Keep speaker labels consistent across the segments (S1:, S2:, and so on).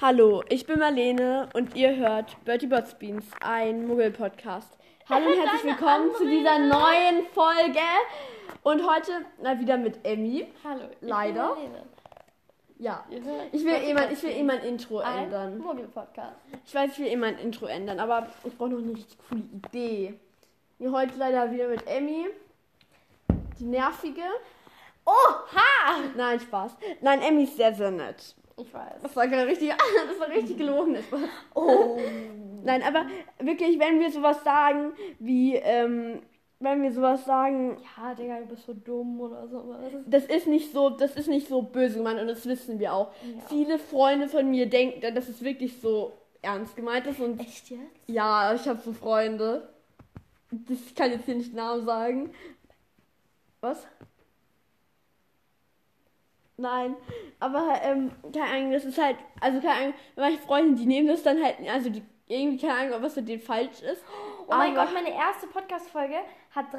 S1: Hallo, ich bin Marlene und ihr hört Bertie Bots Beans, ein Muggel-Podcast. Hallo und herzlich willkommen zu dieser neuen Folge. Und heute mal wieder mit Emmy.
S2: Hallo. ich bin
S1: Leider.
S2: Marlene.
S1: Ja.
S2: Ihr hört
S1: Ich will eh mein,
S2: Podcast
S1: ich will eh mein Intro
S2: ein
S1: ändern.
S2: Muggel-Podcast.
S1: Ich weiß, ich will eh mein Intro ändern, aber ich brauche noch eine richtig coole Idee. Ja, Heute leider wieder mit Emmy. Die nervige.
S2: Oha!
S1: Nein, Spaß. Nein, Emmy ist sehr, sehr nett.
S2: Ich weiß.
S1: Das war gerade richtig, das war richtig gelogen. Spaß.
S2: Oh.
S1: Nein, aber wirklich, wenn wir sowas sagen, wie, ähm, wenn wir sowas sagen,
S2: Ja, Digga, du bist so dumm oder sowas.
S1: das ist nicht so, das ist nicht so böse gemeint und das wissen wir auch.
S2: Ja.
S1: Viele Freunde von mir denken, dass es wirklich so ernst gemeint ist und
S2: Echt jetzt?
S1: ja, ich habe so Freunde. Das ich kann jetzt hier nicht Namen sagen. Was? Nein, aber ähm, keine Ahnung, das ist halt, also keine Ahnung, meine Freunde, die nehmen das dann halt, also die, irgendwie keine Ahnung, ob was mit denen falsch ist.
S2: Oh mein
S1: aber-
S2: Gott, meine erste Podcast-Folge hat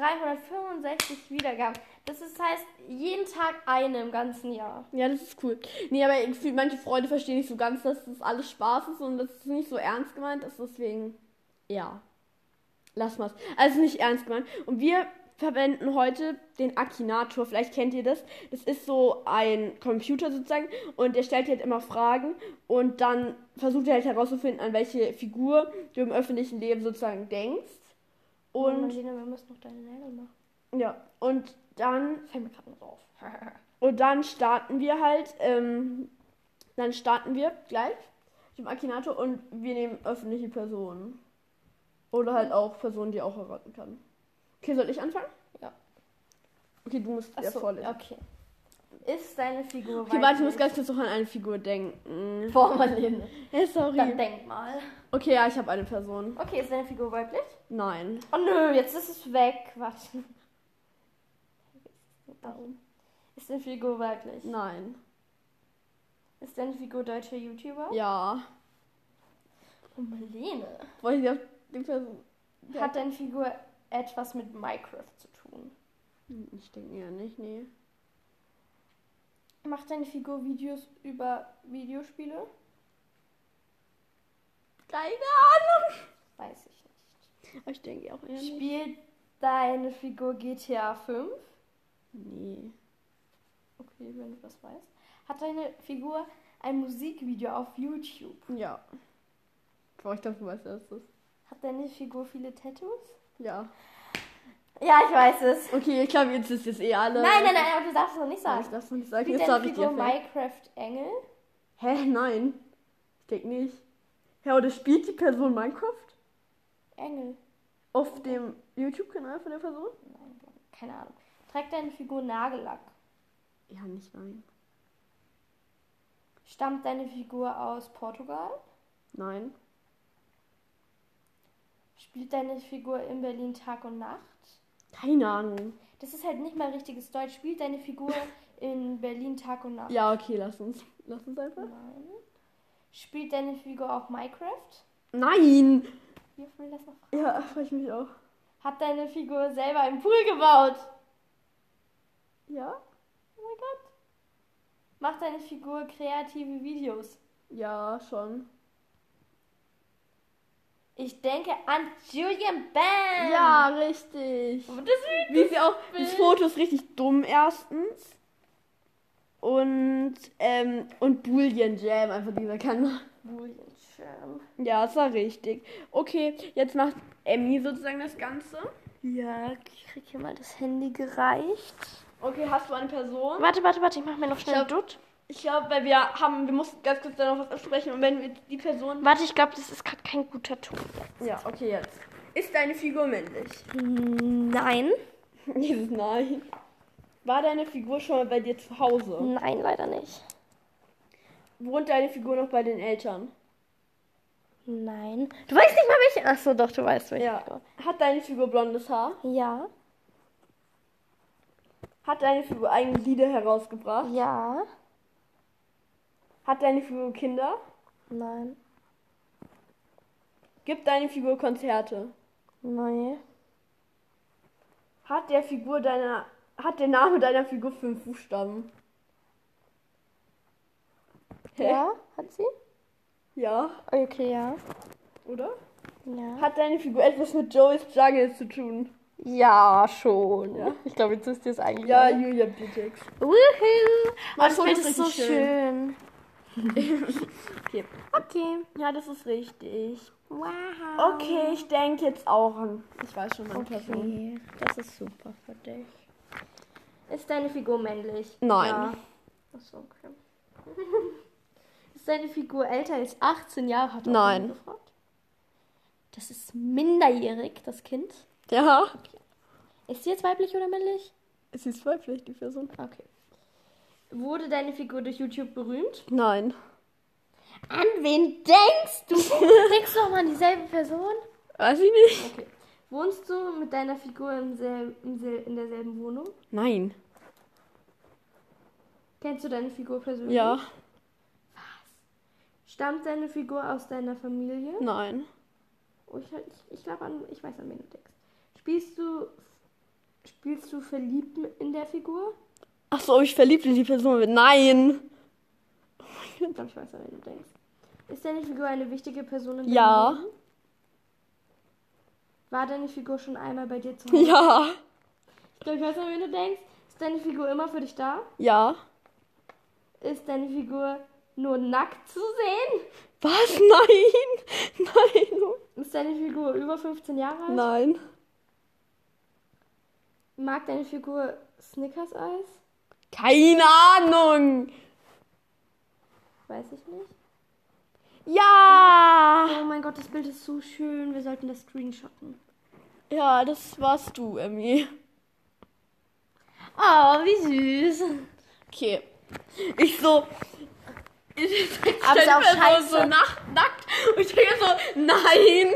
S2: 365 Wiedergaben. Das ist, heißt, jeden Tag eine im ganzen Jahr.
S1: Ja, das ist cool. Nee, aber irgendwie manche Freunde verstehen nicht so ganz, dass das alles Spaß ist und dass es nicht so ernst gemeint ist. Deswegen, ja. Lass mal's. Also nicht ernst gemeint. Und wir verwenden heute den Akinator. Vielleicht kennt ihr das. Das ist so ein Computer sozusagen und der stellt dir halt immer Fragen und dann versucht er halt herauszufinden, an welche Figur du im öffentlichen Leben sozusagen denkst. Und
S2: Marlene, wir müssen noch deine Nägel machen.
S1: ja, und dann
S2: Fällt mir gerade noch so auf.
S1: und dann starten wir halt, ähm, dann starten wir gleich mit dem Akinator und wir nehmen öffentliche Personen. Oder halt auch Personen, die auch heiraten kann. Okay, soll ich anfangen?
S2: Ja.
S1: Okay, du musst ja
S2: Achso,
S1: vorlesen.
S2: okay. Ist deine Figur
S1: Okay, warte, ich muss
S2: weiblich?
S1: ganz kurz noch an eine Figur denken.
S2: Boah, Marlene.
S1: Ja,
S2: Dann
S1: sorry.
S2: denk mal.
S1: Okay, ja, ich habe eine Person.
S2: Okay, ist deine Figur weiblich?
S1: Nein.
S2: Oh nö, jetzt ist es weg. Warte. Warum? Ist deine Figur weiblich?
S1: Nein.
S2: Ist deine Figur deutscher YouTuber?
S1: Ja.
S2: Oh, Marlene.
S1: Wollte ich auf die Person. Ja.
S2: Hat deine Figur etwas mit Minecraft zu tun?
S1: Hm, Ich denke ja nicht, nee.
S2: Macht deine Figur Videos über Videospiele?
S1: Keine Ahnung.
S2: Weiß ich nicht.
S1: Aber Ich denke auch eher nicht.
S2: Spielt deine Figur GTA 5?
S1: Nee.
S2: Okay, wenn du das weißt. Hat deine Figur ein Musikvideo auf YouTube?
S1: Ja. Boah, ich glaube, du weißt erstes.
S2: Hat deine Figur viele Tattoos?
S1: Ja.
S2: Ja, ich weiß es.
S1: Okay, ich glaube, jetzt ist es eh alle.
S2: Nein, nein, nein, aber du darfst es noch nicht
S1: Nein, ich
S2: sagen.
S1: darf nicht sagen.
S2: Spielt
S1: Jetzt
S2: deine
S1: habe ich
S2: Figur
S1: dir Mike.
S2: Minecraft Engel?
S1: Hä? Nein. Ich denke nicht. Ja, oder spielt die Person Minecraft?
S2: Engel?
S1: Auf dem YouTube-Kanal von der Person?
S2: Nein, keine Ahnung. Trägt deine Figur Nagellack?
S1: Ja, nicht nein.
S2: Stammt deine Figur aus Portugal?
S1: Nein.
S2: Spielt deine Figur in Berlin Tag und Nacht?
S1: Keine Ahnung.
S2: Das ist halt nicht mal richtiges Deutsch. Spielt deine Figur in Berlin Tag und Nacht?
S1: Ja, okay, lass uns. Lass uns einfach.
S2: Nein. Spielt deine Figur auch Minecraft?
S1: Nein!
S2: Wie oft will das noch fragen?
S1: Ja, freue ich mich auch.
S2: Hat deine Figur selber einen Pool gebaut?
S1: Ja?
S2: Oh mein Gott. Macht deine Figur kreative Videos?
S1: Ja, schon.
S2: Ich denke an Julian Bam.
S1: Ja, richtig.
S2: Das ist
S1: Wie sie auch.
S2: Bild.
S1: Das Foto ist richtig dumm, erstens. Und, ähm, und Boolean Jam, einfach dieser Kanal.
S2: Julian Schirm.
S1: Ja, das war richtig. Okay, jetzt macht Emmy sozusagen das Ganze.
S2: Ja, ich krieg hier mal das Handy gereicht.
S1: Okay, hast du eine Person?
S2: Warte, warte, warte, ich mach mir noch schnell einen Dutt.
S1: Ich glaube, weil wir haben, wir mussten ganz kurz da noch was absprechen und wenn wir die Person.
S2: Warte, ich glaube, das ist gerade kein guter Ton.
S1: Ja, okay, jetzt. Ist deine Figur männlich?
S2: Nein.
S1: Jesus, nein. War deine Figur schon mal bei dir zu Hause?
S2: Nein, leider nicht.
S1: Wohnt deine Figur noch bei den Eltern?
S2: Nein. Du weißt nicht mal welche. Achso, doch, du weißt welche.
S1: Ja. Hat deine Figur blondes Haar?
S2: Ja.
S1: Hat deine Figur eigene Lieder herausgebracht?
S2: Ja.
S1: Hat deine Figur Kinder?
S2: Nein.
S1: Gibt deine Figur Konzerte?
S2: Nein.
S1: Hat der Figur deiner. Hat der Name deiner Figur fünf Buchstaben? Hä?
S2: Ja, hat sie?
S1: Ja,
S2: Okay, ja.
S1: oder?
S2: Ja.
S1: Hat deine Figur etwas mit Joey's Jungle zu tun?
S2: Ja, schon.
S1: Ja.
S2: Ich glaube, jetzt wisst ihr es eigentlich.
S1: Ja,
S2: alle.
S1: Julia Bitex.
S2: Woohoo!
S1: Mein
S2: ich
S1: Foto
S2: finde
S1: Oh, ist
S2: es so
S1: richtig
S2: schön.
S1: Okay.
S2: Okay.
S1: Ja, das ist richtig.
S2: Wow.
S1: Okay, ich denke jetzt auch an. Ich weiß schon meine Person.
S2: Okay. Das ist super für dich. Ist deine Figur männlich?
S1: Nein.
S2: Ja. Achso, okay. ist deine Figur älter als 18 Jahre? Hat auch
S1: Nein.
S2: jemand gefragt. Das ist minderjährig, das Kind.
S1: Ja.
S2: Ist sie jetzt weiblich oder männlich?
S1: Es ist weiblich, die Person.
S2: Okay. Wurde deine Figur durch YouTube berühmt?
S1: Nein.
S2: An wen denkst du? denkst du nochmal an dieselbe Person?
S1: Weiß ich nicht.
S2: Okay. Wohnst du mit deiner Figur im selben, im sel in derselben Wohnung?
S1: Nein.
S2: Kennst du deine Figur persönlich?
S1: Ja.
S2: Stammt deine Figur aus deiner Familie?
S1: Nein.
S2: Oh, ich ich, ich glaube an, ich weiß an wen du denkst. Spielst du, spielst du verliebt in der Figur?
S1: Ach so, ob ich verliebt in die Person bin. Nein.
S2: Ich glaube, ich weiß an wen du denkst. Ist deine Figur eine wichtige Person in deinem
S1: Ja.
S2: Leben? War deine Figur schon einmal bei dir zu Hause?
S1: Ja.
S2: Ich glaube, ich weiß an wen du denkst. Ist deine Figur immer für dich da?
S1: Ja.
S2: Ist deine Figur nur nackt zu sehen?
S1: Was? Nein. Nein.
S2: Ist deine Figur über 15 Jahre alt?
S1: Nein.
S2: Mag deine Figur Snickers-Eis?
S1: Keine Ahnung.
S2: Weiß ich nicht.
S1: Ja.
S2: Oh mein Gott, das Bild ist so schön. Wir sollten das screenshotten.
S1: Ja, das warst du, Emmy.
S2: Oh, wie süß.
S1: Okay. Ich so. Ich
S2: Aber ist ja auch
S1: stell mir
S2: scheiße.
S1: so, so nach, nackt und ich denke so, nein.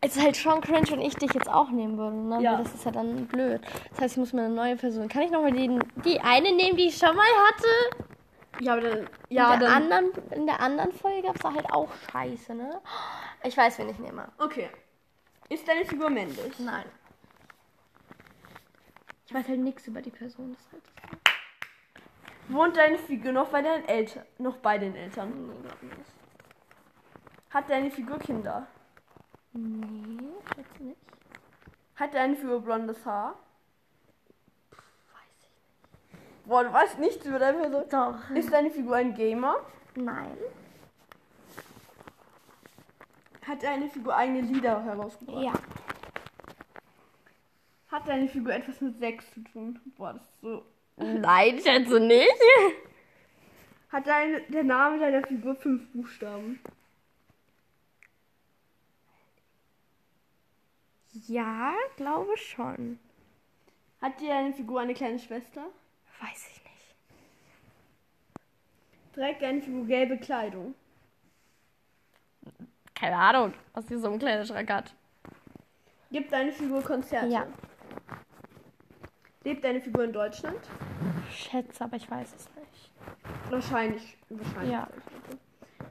S2: Es ist halt schon cringe, wenn ich dich jetzt auch nehmen würde. Ne?
S1: Ja.
S2: Weil Das ist ja dann blöd. Das heißt, ich muss mir eine neue Person. Kann ich nochmal die, die eine nehmen, die ich schon mal hatte?
S1: Ja, aber dann.
S2: in der Anderen, in der anderen Folge gab es da halt auch Scheiße, ne? Ich weiß, wen ich nehme.
S1: Okay. Ist deine Figur männlich?
S2: Nein. Ich weiß halt nichts über die Person. Das ist halt
S1: Wohnt deine Figur noch bei deinen Eltern? Noch bei den Eltern?
S2: nee, glaub nicht.
S1: Hat deine Figur Kinder?
S2: Nee, ich schätze nicht.
S1: Hat deine Figur blondes Haar?
S2: Weiß ich nicht.
S1: Boah, du weißt nichts über deine Person.
S2: Doch.
S1: Ist deine Figur ein Gamer?
S2: Nein.
S1: Hat deine Figur eigene Lieder herausgebracht?
S2: Ja.
S1: Hat deine Figur etwas mit Sex zu tun? Boah, das ist so.
S2: Nein, ich schätze nicht.
S1: Hat dein, der Name deiner Figur fünf Buchstaben?
S2: Ja, glaube schon.
S1: Hat dir deine Figur eine kleine Schwester?
S2: Weiß ich nicht.
S1: Trägt deine Figur gelbe Kleidung?
S2: Keine Ahnung, was hier so ein kleiner Schrank hat.
S1: Gibt deine Figur Konzerte?
S2: Ja.
S1: Lebt deine Figur in Deutschland?
S2: Also. Schätze, aber ich weiß es nicht.
S1: Wahrscheinlich. wahrscheinlich
S2: Ja.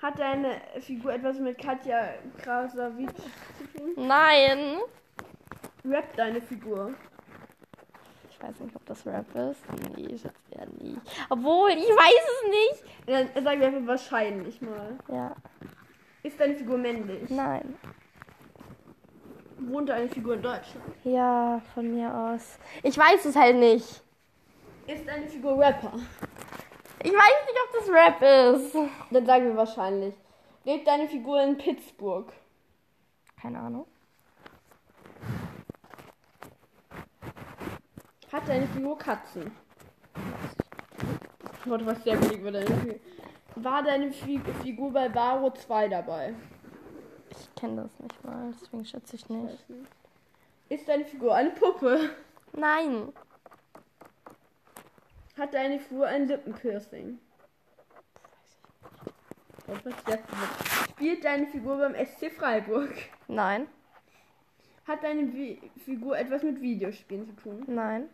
S1: Hat deine Figur etwas mit Katja Krasavic zu tun?
S2: Nein.
S1: Rappt deine Figur?
S2: Ich weiß nicht, ob das Rap ist. Nee, ich schätze ja nie. Obwohl, ich weiß es nicht.
S1: Dann sagen wir einfach wahrscheinlich mal.
S2: Ja,
S1: Ist deine Figur männlich?
S2: nein.
S1: Wohnt deine Figur in Deutschland?
S2: Ja, von mir aus. Ich weiß es halt nicht.
S1: Ist deine Figur Rapper?
S2: Ich weiß nicht, ob das Rap ist.
S1: Dann sagen wir wahrscheinlich. Lebt deine Figur in Pittsburgh?
S2: Keine Ahnung.
S1: Hat deine Figur Katzen? Ich wollte was sehr billig über deine Figur. War deine Fi Figur bei Varo 2 dabei?
S2: Ich kenne das nicht mal, deswegen schätze ich nicht.
S1: Ist deine Figur eine Puppe?
S2: Nein.
S1: Hat deine Figur ein Lippenpiercing? Und was sagt sie? Spielt deine Figur beim SC Freiburg?
S2: Nein.
S1: Hat deine Vi Figur etwas mit Videospielen zu tun?
S2: Nein.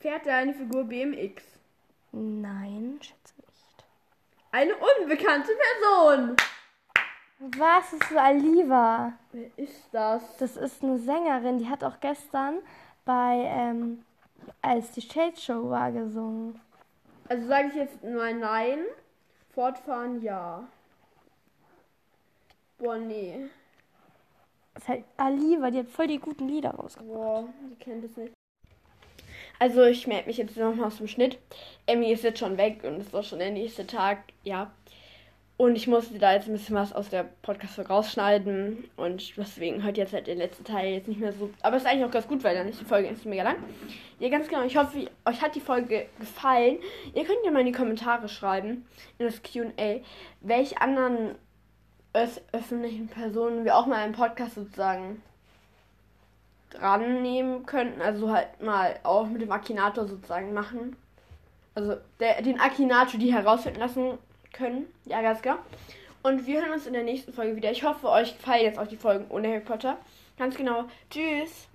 S1: Fährt deine Figur BMX?
S2: Nein, schätze nicht.
S1: Eine unbekannte Person!
S2: Was ist das Aliva?
S1: Wer ist das?
S2: Das ist eine Sängerin, die hat auch gestern bei, ähm, als die Shade Show war, gesungen.
S1: Also sage ich jetzt mal nein. Fortfahren ja. Boah, nee.
S2: Das ist halt Ali, weil die hat voll die guten Lieder rausgebracht.
S1: Boah, die kennt es nicht. Also ich melde mich jetzt nochmal aus dem Schnitt. Emmy ist jetzt schon weg und es war schon der nächste Tag, ja. Und ich musste da jetzt ein bisschen was aus der Podcast-Folge rausschneiden und deswegen hört jetzt halt der letzte Teil jetzt nicht mehr so. Aber ist eigentlich auch ganz gut, weil dann ist die Folge jetzt mega lang. Ja, ganz genau. Ich hoffe, euch hat die Folge gefallen. Ihr könnt ja mal in die Kommentare schreiben, in das QA, welche anderen öf- öffentlichen Personen wir auch mal im Podcast sozusagen dran nehmen könnten. Also halt mal auch mit dem Akinator sozusagen machen. Also der, den Akinator, die herausfinden lassen können. Ja, ganz genau. Und wir hören uns in der nächsten Folge wieder. Ich hoffe, euch gefallen jetzt auch die Folgen ohne Harry Potter. Ganz genau. Tschüss.